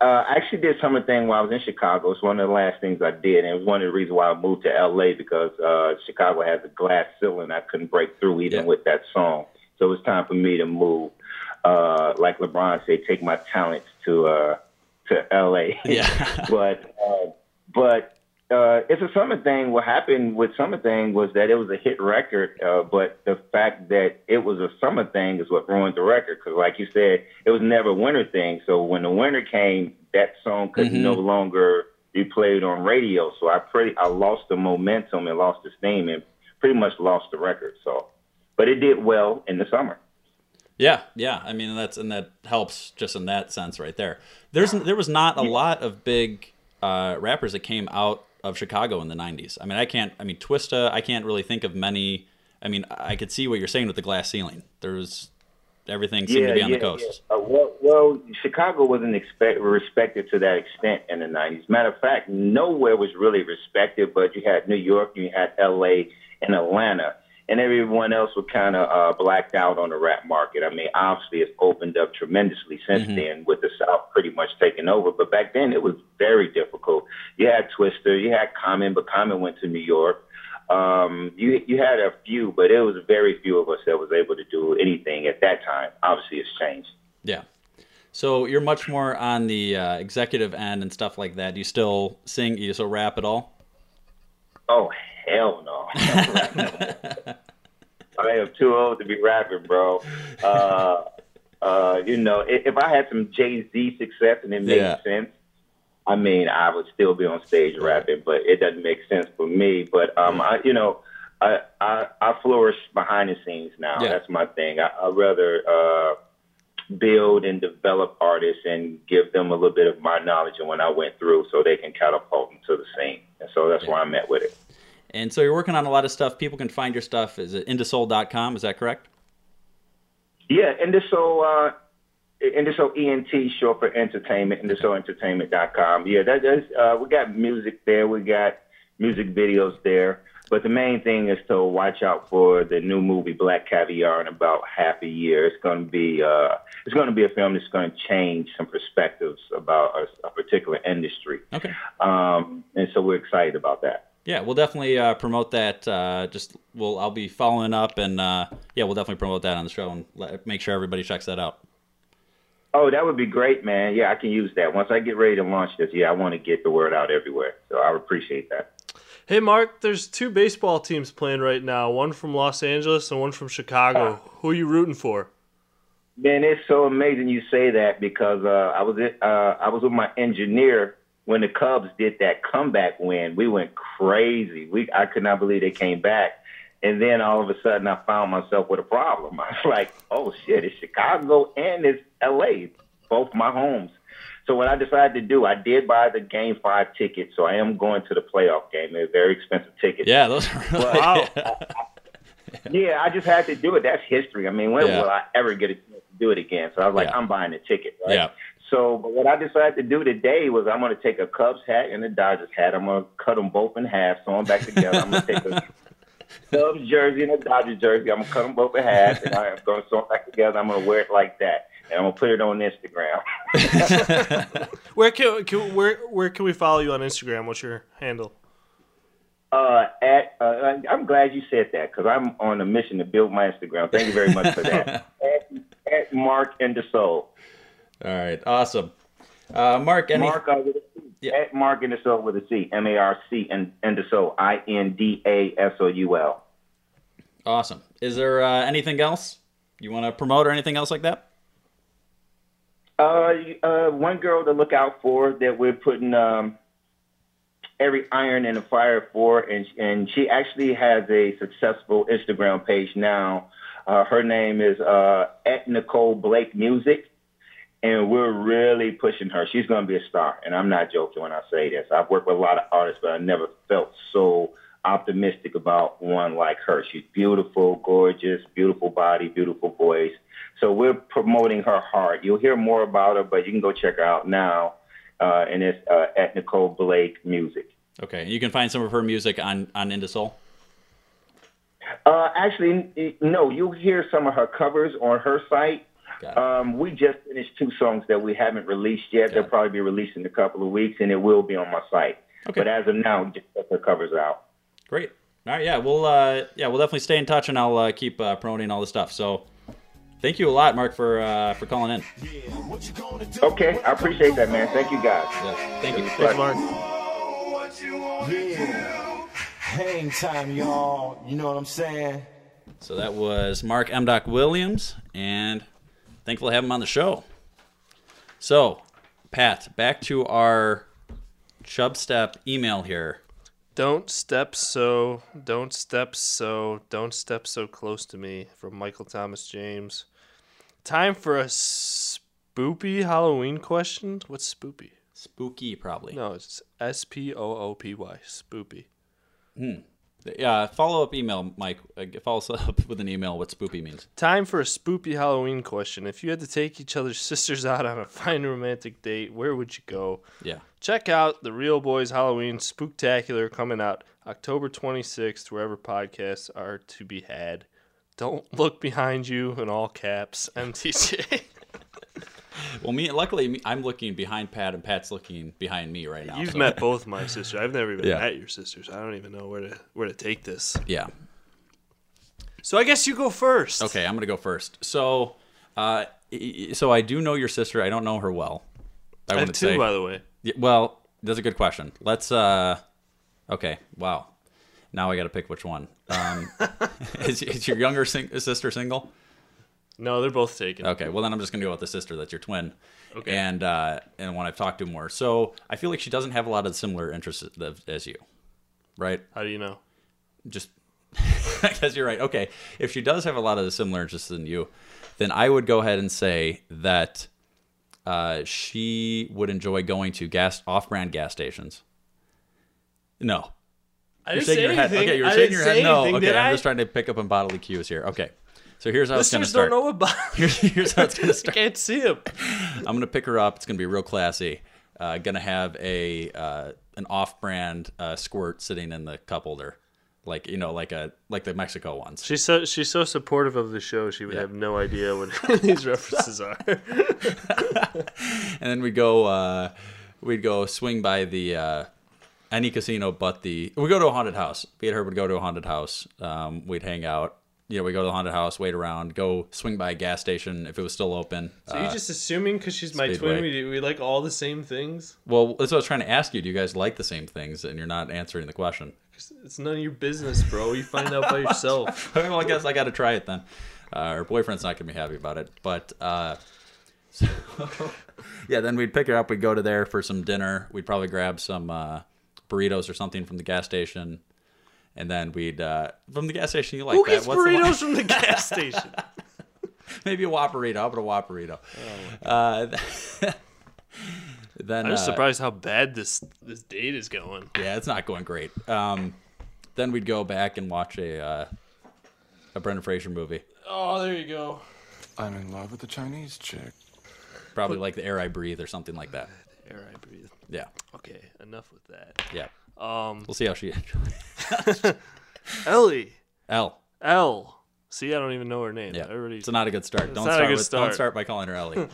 uh, I actually did summer thing while I was in Chicago. It's one of the last things I did, and it was one of the reasons why I moved to LA because uh, Chicago has a glass ceiling. I couldn't break through even with that song, so it was time for me to move. Uh, like LeBron said, take my talents to uh, to LA.
Yeah.
but uh, but uh, it's a summer thing. What happened with summer thing was that it was a hit record, uh, but the fact that it was a summer thing is what ruined the record. Because, like you said, it was never a winter thing. So when the winter came, that song could
Mm-hmm.
Mhm.
no longer be played on radio. So I pretty I lost the momentum and lost the steam and pretty much lost the record. So, but it did well in the summer.
yeah, yeah. I mean that's and that helps just in that sense right there. There's there was not a lot of big uh, rappers that came out of Chicago in the '90s. I mean I can't. I mean Twista. I can't really think of many. I mean I could see what you're saying with the glass ceiling. There was everything seemed to be on the coast.
yeah. Uh, well, well, Chicago wasn't expect, respected to that extent in the 90s. Matter of fact, nowhere was really respected, but you had New York, you had LA, and Atlanta. And everyone else was kind of uh, blacked out on the rap market. I mean, obviously, it's opened up tremendously since
Mhm.
then, with the South pretty much taking over. But back then, it was very difficult. You had Twister, you had Common, but Common went to New York. Um, you you had a few, but it was very few of us that was able to do anything at that time. Obviously, it's changed.
Yeah. So you're much more on the uh, executive end and stuff like that. Do you still sing? You still rap at all?
Oh hell no! I am too old to be rapping, bro. Uh, uh, you know, if, if I had some Jay Z success and it made
Yeah.
sense, I mean, I would still be on stage rapping. But it doesn't make sense for me. But um, I, you know, I I, I flourish behind the scenes now.
Yeah.
That's my thing. I, I rather uh, build and develop artists and give them a little bit of my knowledge and when I went through, so they can catapult them to the scene. And so that's where I'm at with it.
And so you're working on a lot of stuff. People can find your stuff. Is it indasoul.com? Is that correct?
Yeah, Indiso, uh, Indiso ENT, E short for entertainment, IndisoEntertainment.com. Yeah, that is, uh, we got music there, we got music videos there. But the main thing is to watch out for the new movie Black Caviar in about half a year. It's going to be uh, it's going to be a film that's going to change some perspectives about a, a particular industry.
Okay.
Um, and so we're excited about that.
Yeah, we'll definitely uh, promote that. Uh, just we'll I'll be following up, and uh, yeah, we'll definitely promote that on the show and let, make sure everybody checks that out.
Oh, that would be great, man. Yeah, I can use that. Once I get ready to launch this, yeah, I want to get the word out everywhere. So I appreciate that.
Hey, Mark, there's two baseball teams playing right now one from Los Angeles and one from Chicago. Who are you rooting for?
Man, it's so amazing you say that because uh, I was uh, I was with my engineer when the Cubs did that comeback win. We went crazy. We I could not believe they came back, and then all of a sudden I found myself with a problem. I was like, oh shit, it's Chicago and it's L.A. Both my homes. So what I decided to do, I did buy the Game Five ticket. So I am going to the playoff game. They're very expensive tickets.
Yeah, those are really,
Wow. Yeah, I just had to do it. That's history. I mean, when
Yeah.
will I ever get a chance to do it again? So I was like, I'm buying a ticket, right?
Yeah.
So, but what I decided to do today was I'm going to take a Cubs hat and a Dodgers hat. I'm going to cut them both in half, sew them back together. I'm going to take a Cubs jersey and a Dodger jersey. I'm gonna cut them both in half, and I'm gonna sew them back together. I'm gonna wear it like that, and I'm gonna put it on Instagram.
Where can, can where where can we follow you on Instagram? What's your handle?
Uh, at uh, I'm glad you said that because I'm on a mission to build my Instagram. Thank you very much for that. at, at Mark and the Soul.
All right, awesome. Uh, Mark, any...
Mark, uh, with a C. at Mark and the Soul with a C. M A R C and and the Soul. I N D A S O U L.
Awesome. Is there uh, anything else you want to promote or anything else like that?
Uh, you- uh, one girl to look out for that we're putting um, every iron in the fire for, and and she actually has a successful Instagram page now. Uh, her name is uh, at Nicole Blake Music, and we're really pushing her. She's going to be a star, and I'm not joking when I say this. I've worked with a lot of artists, but I never felt so optimistic about one like her. She's beautiful, gorgeous, beautiful body, beautiful voice. So we're promoting her hard. You'll hear more about her, but you can go check her out now. Uh, and it's uh, at Nicole Blake Music.
Okay, you can find some of her music on on Into Soul.
Uh, actually, n- n- no, you'll hear some of her covers on her site. Um, we just finished two songs that we haven't released yet. They'll probably be released in a couple of weeks, and it will be on my site.
Okay.
But as of now, just check her covers out.
Great. All right, yeah, we'll uh, yeah we'll definitely stay in touch, and I'll uh, keep uh, promoting all this stuff. So, thank you a lot, Mark, for uh, for calling in.
Okay, I appreciate that, man. Thank you, guys.
thank you.
Thanks, Mark.
Yeah. Hang time, y'all. You know what I'm saying?
So that was Mark M. Doc Williams, and thankful to have him on the show. So, Pat, back to our Chubstep email here.
Don't step so, don't step so, don't step so close to me from Michael Thomas James. Time for a spoopy Halloween question. What's spoopy?
Spooky, probably.
No, it's S P O O P Y. Spoopy.
Hmm. Yeah, follow up email, Mike. Uh, follow us up with an email what spoopy means.
Time for a spoopy Halloween question. If you had to take each other's sisters out on a fine romantic date, where would you go?
Yeah.
Check out the Real Boys Halloween Spooktacular coming out October 26th, wherever podcasts are to be had. Don't look behind you in all caps, MTJ.
Well, me luckily me- I'm looking behind Pat, and Pat's looking behind me right now.
You've
so-
met both my sisters. I've never even
Yeah.
met your sisters. I don't even know where to where to take this.
Yeah.
So I guess you go first.
Okay, I'm gonna go first. So, uh, i- i- so I do know your sister. I don't know her well.
I have
wouldn't
two, by the way.
Yeah, well, that's a good question. Let's. uh Okay. Wow. Now I got to pick which one. Um, is, is your younger sing- sister single?
No, they're both taken.
Okay. Well, then I'm just gonna go with the sister that's your twin.
Okay.
And uh, and one I've talked to more. So I feel like she doesn't have a lot of similar interests as- as you, right?
How do you know?
just I guess you're right. Okay. If she does have a lot of the similar interests in you, then I would go ahead and say that uh, she would enjoy going to gas off-brand gas stations. No.
I
You're
didn't
shaking
say
your head.
anything.
Okay, you're
I
shaking
didn't
your
say
head. No.
anything,
Okay,
did
I'm
I?
just trying to pick up on bodily cues here. Okay. So here's how it's going to
Listeners
start.
don't know about.
Here's, here's how it's going to start.
I can't see him.
I'm going to pick her up. It's going to be real classy. Uh, going to have a uh, an off-brand uh, squirt sitting in the cup holder. Like, you know, like a like the Mexico ones.
She's so she's so supportive of the show. She would have no idea what these references are.
and then we go uh we'd go swing by the uh any casino but the we go to a haunted house me and her would go to a haunted house um we'd hang out you know we go to the haunted house wait around go swing by a gas station if it was still open
So you
Uh,
just assuming because she's my
Speedway.
twin, we, we like all the same things.
well that's what i was trying to ask you do you guys like the same things and you're not answering the question
It's none of your business, bro. You find out by yourself.
well i guess i gotta try it then uh, her boyfriend's not gonna be happy about it but uh so yeah then we'd pick her up we'd go to there for some dinner we'd probably grab some uh burritos or something from the gas station and then we'd uh from the gas station you like
Who
that
gets
What's the one-
burritos from the gas station?
maybe a Whopperito. I'll put a Whopperito.
Oh
uh, then
I'm just
uh,
surprised how bad this this date is going.
Yeah, it's not going great. Um, then we'd go back and watch a uh, a Brendan Fraser movie.
Oh, there you go.
I'm in love with a Chinese chick.
Probably like the air I breathe or something like that.
Air I breathe.
Yeah,
Okay, enough with that.
yeah.
Um,
We'll see how she.
Ellie.
L.
L. See, I don't even know her name.
Yeah.
I already.
It's not a good start.
It's
Don't
not a
start
good
with- don't start by calling her Ellie.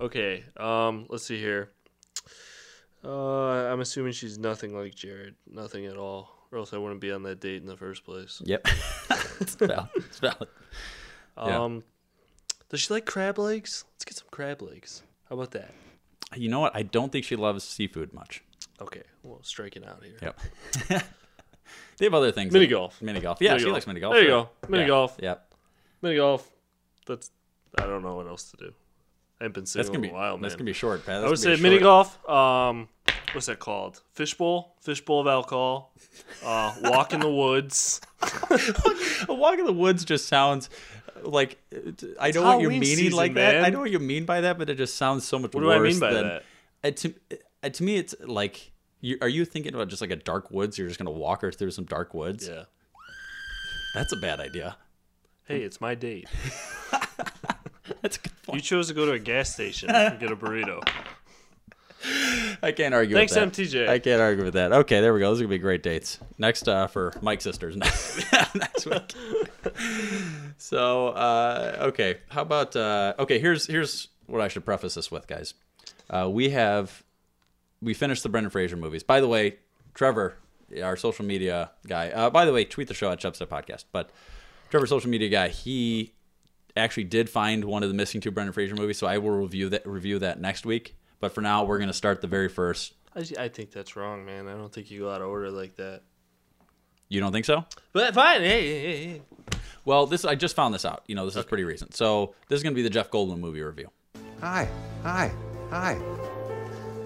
okay. Um. Let's see here. Uh, I'm assuming she's nothing like Jared. Nothing at all. Or else I wouldn't be on that date in the first place.
Yep. it's valid. It's valid. Yeah.
Um. Does she like crab legs? Let's get some crab legs. How about that?
You know what? I don't think she loves seafood much.
Okay. Well, striking out here.
Yep. they have other things.
Mini
that-
golf.
Mini golf. Yeah,
Mini
she
golf.
likes mini golf.
There you
sure.
go. Mini
Yeah.
golf.
Yep.
Mini golf. That's. I don't know what else to do. I haven't been
That's
singing
gonna
in
be
a while, man.
That's gonna be short, Pat. That's
I would say
gonna be a
mini
short-
golf. Um, what's that called? Fishbowl. Fishbowl of alcohol. Uh, walk in the woods.
A walk in the woods just sounds uh, like I know what you're
Halloween
meaning
season,
like that. I
man.
know what you mean by that, but it just sounds so much
What do I
worse
mean by
than
that?
Uh, to, uh, to me it's like you, are you thinking about just like a dark woods? You're just gonna walk her through some dark woods?
Yeah.
That's a bad idea.
Hey, it's my date.
That's a good point.
You chose to go to a gas station and get a burrito.
I can't argue
Thanks,
with that.
MTJ.
I can't argue with that. Okay, there we go. Those are gonna be great dates. Next uh, for Mike Sisters next, next week. so uh, okay, how about uh, okay? Here's here's what I should preface this with, guys. Uh, we have we finished the Brendan Fraser movies. By the way, Trevor, our social media guy. Uh, by the way, tweet the show at Chubstep Podcast. But Trevor, social media guy, he actually did find one of the missing two Brendan Fraser movies. So I will review that review that next week. But for now, we're gonna start the very first.
I, I think that's wrong, man. I don't think you go out of order like that.
You don't think so?
But fine. Hey, hey, hey, hey.
Well, this I just found this out. You know, this is pretty recent. So this is gonna be the Jeff Goldblum movie review.
Hi, hi, hi.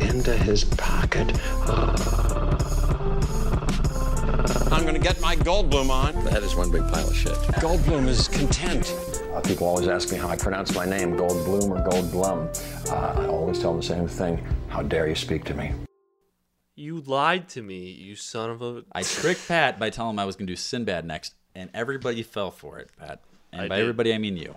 into his pocket. I'm gonna get my Goldblum on.
That is one big pile of shit.
Goldblum is content.
Uh, people always ask me how I pronounce my name, Goldblum or Goldblum. Uh, I always tell them the same thing. How dare you speak to me?
You lied to me, you son of a.
I tricked Pat by telling him I was gonna do Sinbad next, and everybody fell for it, Pat. And
I
by
did.
everybody I mean you.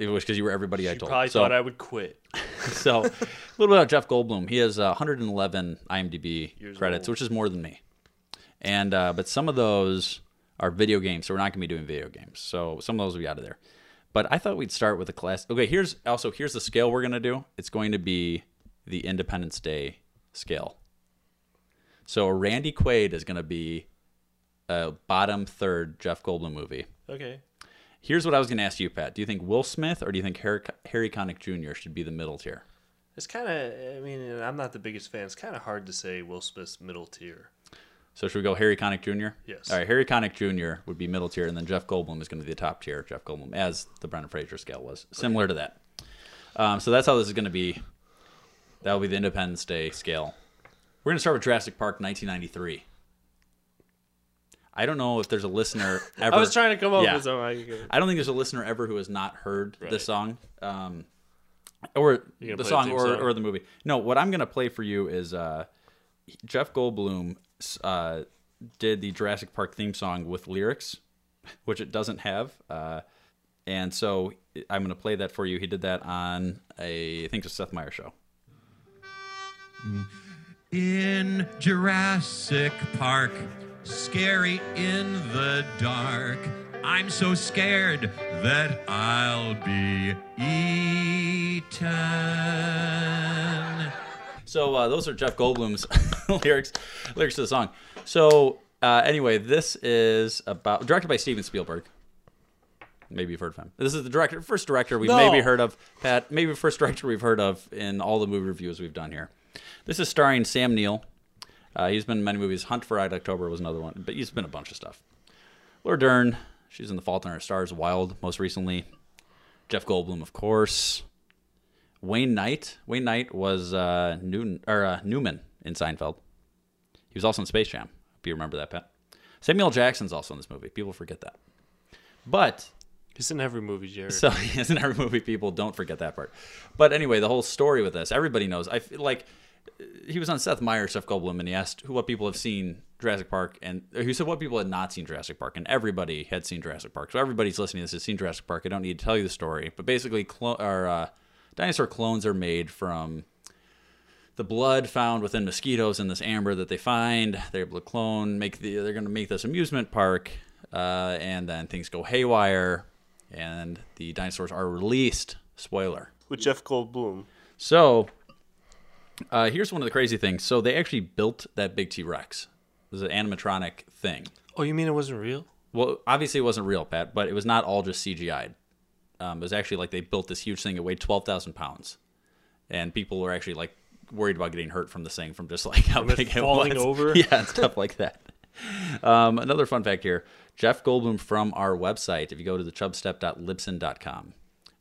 It was because you were everybody I told.
Probably
So-
thought I would quit.
so a little bit about Jeff Goldblum. He has uh, 111 IMDb
Years
credits,
old.
which is more than me. And uh, but some of those are video games, so we're not going to be doing video games. So some of those will be out of there. But I thought we'd start with a class. Okay, here's also here's the scale we're going to do. It's going to be the Independence Day scale. So Randy Quaid is going to be a bottom third Jeff Goldblum movie.
Okay.
Here's what I was going to ask you, Pat. Do you think Will Smith or do you think Harry, Harry Connick Jr. should be the middle tier?
It's kind of. I mean, and I'm not the biggest fan. It's kind of hard to say Will Smith's middle tier.
So should we go Harry Connick Jr.?
Yes.
All right, Harry Connick Jr. would be middle tier, and then Jeff Goldblum is going to be the top tier. Jeff Goldblum, as the Brendan Fraser scale was, similar to that. Um, so that's how this is going to be. That will be the Independence Day scale. We're going to start with Jurassic Park, 1993. I don't know if there's a listener ever.
I was trying to come up
Yeah.
with something.
I don't think there's a listener ever who has not heard this song, um, or
gonna
the
play
song,
the theme
or,
song?
or the movie. No, what I'm gonna play for you is uh, Jeff Goldblum uh, did the Jurassic Park theme song with lyrics, which it doesn't have, uh, and so I'm gonna play that for you. He did that on a I think it was Seth Meyers show.
In Jurassic Park, scary in the dark. I'm so scared that I'll be eaten.
So uh, those are Jeff Goldblum's lyrics, lyrics to the song. So uh, anyway, this is about directed by Steven Spielberg. Maybe you've heard of him. This is the director, first director we've
No.
maybe heard of. Pat, maybe the first director we've heard of in all the movie reviews we've done here. This is starring Sam Neill. Uh, he's been in many movies. Hunt for Red October was another one, but he's been a bunch of stuff. Laura Dern, she's in The Fault in Our Stars, Wild, most recently. Jeff Goldblum, of course. Wayne Knight. Wayne Knight was uh, Newton or uh, Newman in Seinfeld. He was also in Space Jam. If you remember that, Pat. Samuel Jackson's also in this movie. People forget that. But
he's in every movie, Jared.
So he's in every movie. People don't forget that part. But anyway, the whole story with this, everybody knows. I feel like uh, he was on Seth Meyers, Jeff Goldblum, and he asked who what people have seen Jurassic Park, and or he said what people had not seen Jurassic Park, and everybody had seen Jurassic Park. So everybody's listening to this has seen Jurassic Park. I don't need to tell you the story, but basically, clo- or, uh, dinosaur clones are made from the blood found within mosquitoes in this amber that they find. They're able to clone, make the they're going to make this amusement park, uh, and then things go haywire, and the dinosaurs are released. Spoiler
with Jeff Goldblum.
So uh, here's one of the crazy things. So they actually built that big T Rex. It was an animatronic thing.
Oh, you mean it wasn't real?
Well, obviously it wasn't real, Pat, but it was not all just CGI'd. Um, it was actually like they built this huge thing. It weighed twelve thousand pounds, and people were actually like worried about getting hurt from this thing from just like how
From it
big it
falling
was.
over?
yeah, and stuff like that. Um, another fun fact here: Jeff Goldblum from our website. If you go to the chubstep.libsen.com,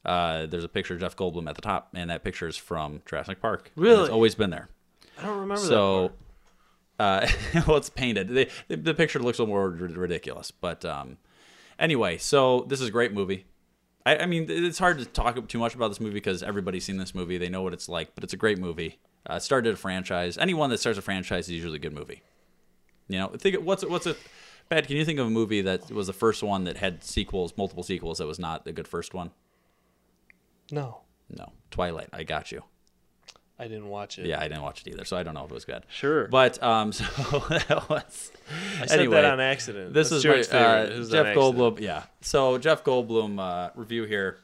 uh, there's a picture of Jeff Goldblum at the top, and that picture is from Jurassic Park. And
Really?
it's always been there.
I don't remember
So, uh, well, it's painted. They, the, the picture looks a little more rid- ridiculous, but um, anyway, so this is a great movie. I, I mean, it's hard to talk too much about this movie because everybody's seen this movie. They know what it's like, but it's a great movie. Uh, it started a franchise. Anyone that starts a franchise is usually a good movie. You know, think of- what's a- what's a Pat? Can you think of a movie that was the first one that had sequels, multiple sequels that was not a good first one?
that. No,
No, Twilight. I got you.
I didn't watch it.
Yeah, I didn't watch it either, so I don't know if it was good.
Sure.
but um, so that was.
I said
anyway,
that on accident.
This
That's
is my,
Jared's favorite.
uh,
It was on
Jeff
accident.
Goldblum. Yeah. So Jeff Goldblum uh, review here.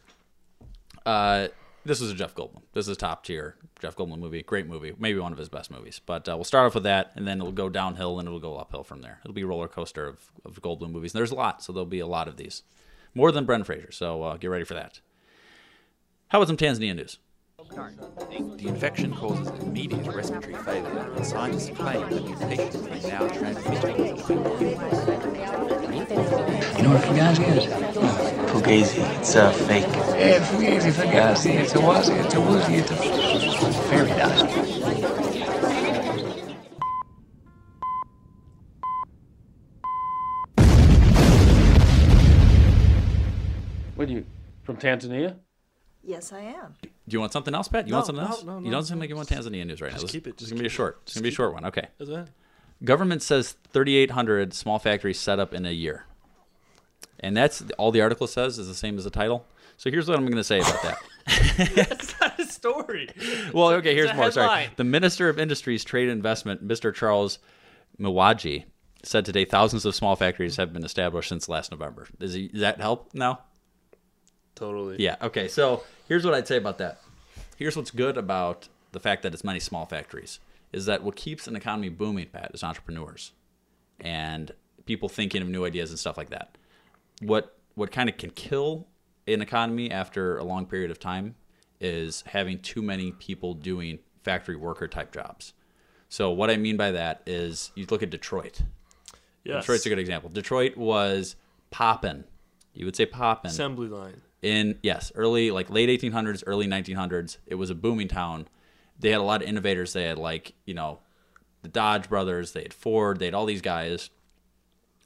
Uh, this is a Jeff Goldblum. This is top tier Jeff Goldblum movie. Great movie. Maybe one of his best movies. But uh, we'll start off with that, and then it'll go downhill, and it'll go uphill from there. It'll be a roller coaster of, of Goldblum movies. And there's a lot, so there'll be a lot of these, more than Brendan Fraser. So uh, get ready for that. How about some Tanzania news?
The infection causes immediate respiratory failure, and scientists claim that the infection is now transmitted.
You know what fugazi is?
Fugazi, it's a fake.
Yeah, fugazi, fugazi, it's a wazi, it's a woozy, it's a fairy dust.
What are you from Tanzania?
Yes, I am.
Do you want something else, Pat? You want
No,
something
no,
else?
no,
you
no,
don't seem
no.
like you want Tanzania news right now.
Just
This,
keep it,
This is gonna be a short. It's gonna be a short one. Okay.
Is that?
Government says 3,800 small factories set up in a year, and that's all the article says is the same as the title. So here's what I'm gonna say about that.
That's not a story.
well, okay. Here's
a
more. Sorry.
headline.
The Minister of Industries, Trade, and Investment, Mr. Charles Mwaji, said today thousands of small factories have been established since last November. Does, he, does that help now?
Totally.
Yeah. Okay. So here's what I'd say about that. Here's what's good about the fact that it's many small factories is that what keeps an economy booming, Pat, is entrepreneurs and people thinking of new ideas and stuff like that. What what kind of can kill an economy after a long period of time is having too many people doing factory worker type jobs. So what I mean by that is you look at Detroit.
Yes.
Detroit's a good example. Detroit was poppin'. You would say poppin'
Assembly line.
in yes early like late 1800s early 1900s it was a booming town they had a lot of innovators they had like you know the dodge brothers they had ford they had all these guys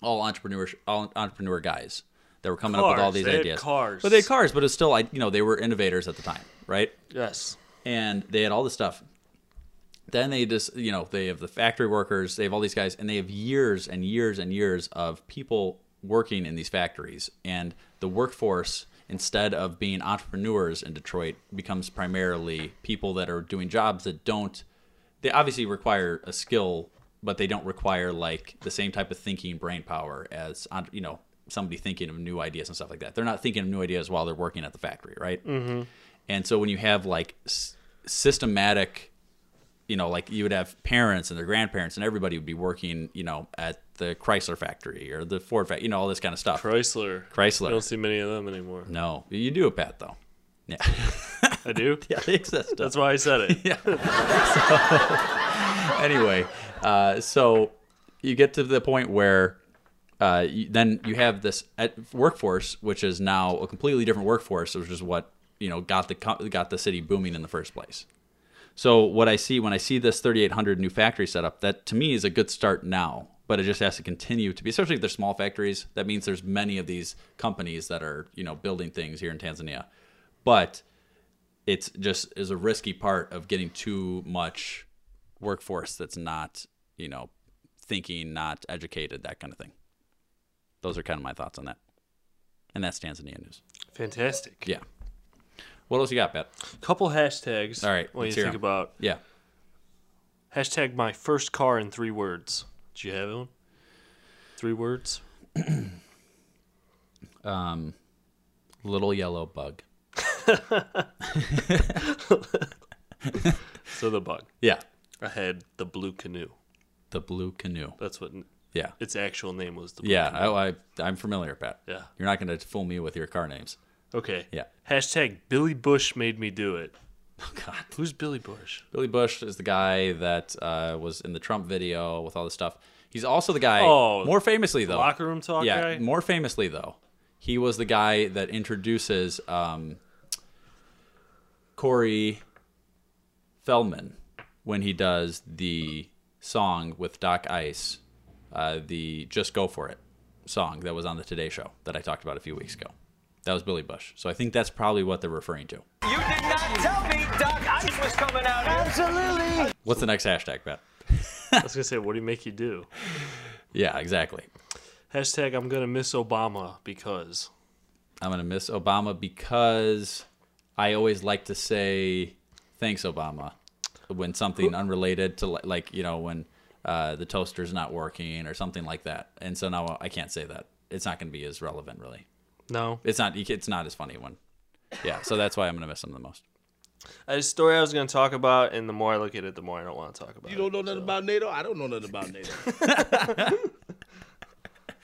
all entrepreneur all entrepreneur guys that were coming up with all
Cars.
these
They had
ideas
cars.
but they had cars but it's still like you know they were innovators at the time right
Yes.
and they had all this stuff then they just you know they have the factory workers they have all these guys and they have years and years and years of people working in these factories and the workforce instead of being entrepreneurs in detroit becomes primarily people that are doing jobs that don't they obviously require a skill but they don't require like the same type of thinking brain power as entre- you know somebody thinking of new ideas and stuff like that they're not thinking of new ideas while they're working at the factory right
Mhm.
and so when you have like s- systematic you know, like you would have parents and their grandparents and everybody would be working, you know, at the Chrysler factory or the Ford factory, you know, all this kind of stuff.
Chrysler.
Chrysler.
I don't see many of them anymore.
No, you do a pat though. Yeah.
I do.
yeah, they exist.
That's why I said it.
yeah. So, anyway, uh, so you get to the point where uh, you, then you have this at workforce, which is now a completely different workforce, which is what you know got the co- got the city booming in the first place. So what I see when I see this 3,800 new factory set up, that to me is a good start now but it just has to continue to be, especially if they're small factories. That means there's many of these companies that are, you know, building things here in Tanzania. But it's just is a risky part of getting too much workforce that's not, you know, thinking, not educated, that kind of thing. Those are kind of my thoughts on that. And that's Tanzania news.
Fantastic.
Yeah. What else you got, Pat?
Couple hashtags.
All right.
What do you
let's hear
think
'em.
about?
Yeah.
Hashtag my first car in three words. Do you have one? Three words.
Um, little yellow bug.
So the bug.
Yeah.
I had the blue canoe.
The blue canoe.
That's what.
Yeah.
Its actual name was the. Blue
Yeah, Oh,
Canoe.
I, I, I'm familiar, Pat.
Yeah.
You're not going to fool me with your car names.
Okay.
Yeah.
Hashtag Billy Bush made me do it.
Oh, God.
Who's Billy Bush?
Billy Bush is the guy that uh, was in the Trump video with all this stuff. He's also the guy,
Oh,
more famously though,
locker room talk
Yeah,
guy?
more famously though, he was the guy that introduces um, Corey Feldman when he does the song with Doc Ice, uh, the "Just Go for It" song that was on the Today Show that I talked about a few weeks ago. That was Billy Bush, so I think that's probably what they're referring to.
You did not tell me Doc Ice was coming out. Absolutely.
What's the next hashtag, Pat?
I was gonna say, what do you make you do?
Yeah, exactly.
Hashtag I'm gonna miss Obama because
I'm gonna miss Obama because I always like to say thanks Obama when something unrelated to li- like you know when uh, the toaster's not working or something like that, and so now I can't say that. It's not gonna be as relevant really.
No.
it's not. you ca- It's not as funny when. Yeah, so that's why I'm gonna miss him the most.
a story I was gonna talk about, and the more I look at it, the more I don't want to talk about.
You don't know nothing about NATO? I don't know nothing about NATO.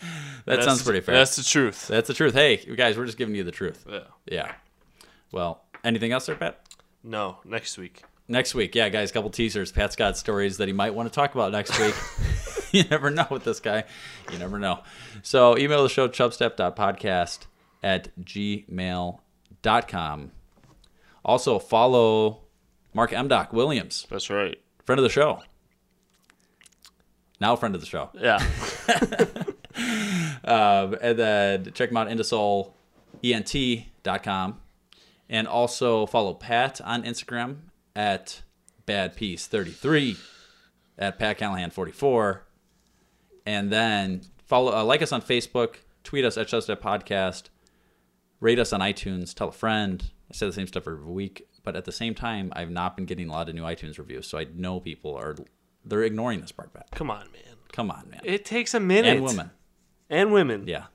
That
That's
sounds
the-
pretty fair.
that's the truth.
That's the truth. Hey, you guys, we're just giving you the truth.
Yeah.
Yeah. Well, anything else there, Pat?
No, next week.
Next week, yeah, guys, couple teasers. Pat Scott stories that he might want to talk about next week. you never know with this guy. You never know. So email the show, chubstep.podcast at gmail.com. Also, follow Mark M. Doc Williams.
That's right.
Friend of the show. Now, friend of the show.
Yeah.
um, and then check him out, E IndasolENT.com. And also follow Pat on Instagram at BadPiece33, at Pat Callahan44. And then follow, uh, like us on Facebook, tweet us at Chestnut Podcast, rate us on iTunes, tell a friend. I say the same stuff every week, but at the same time, I've not been getting a lot of new iTunes reviews, so I know people are they're ignoring this part. Pat.
Come on, man.
Come on, man.
It takes a minute.
And women.
And women.
Yeah.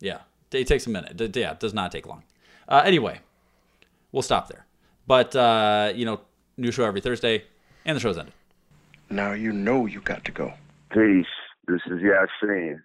Yeah. It takes a minute. D- yeah, it does not take long. Uh, anyway, we'll stop there. But, uh, you know, new show every Thursday, and the show's ended.
Now you know you got to go.
Peace. This is Yasin.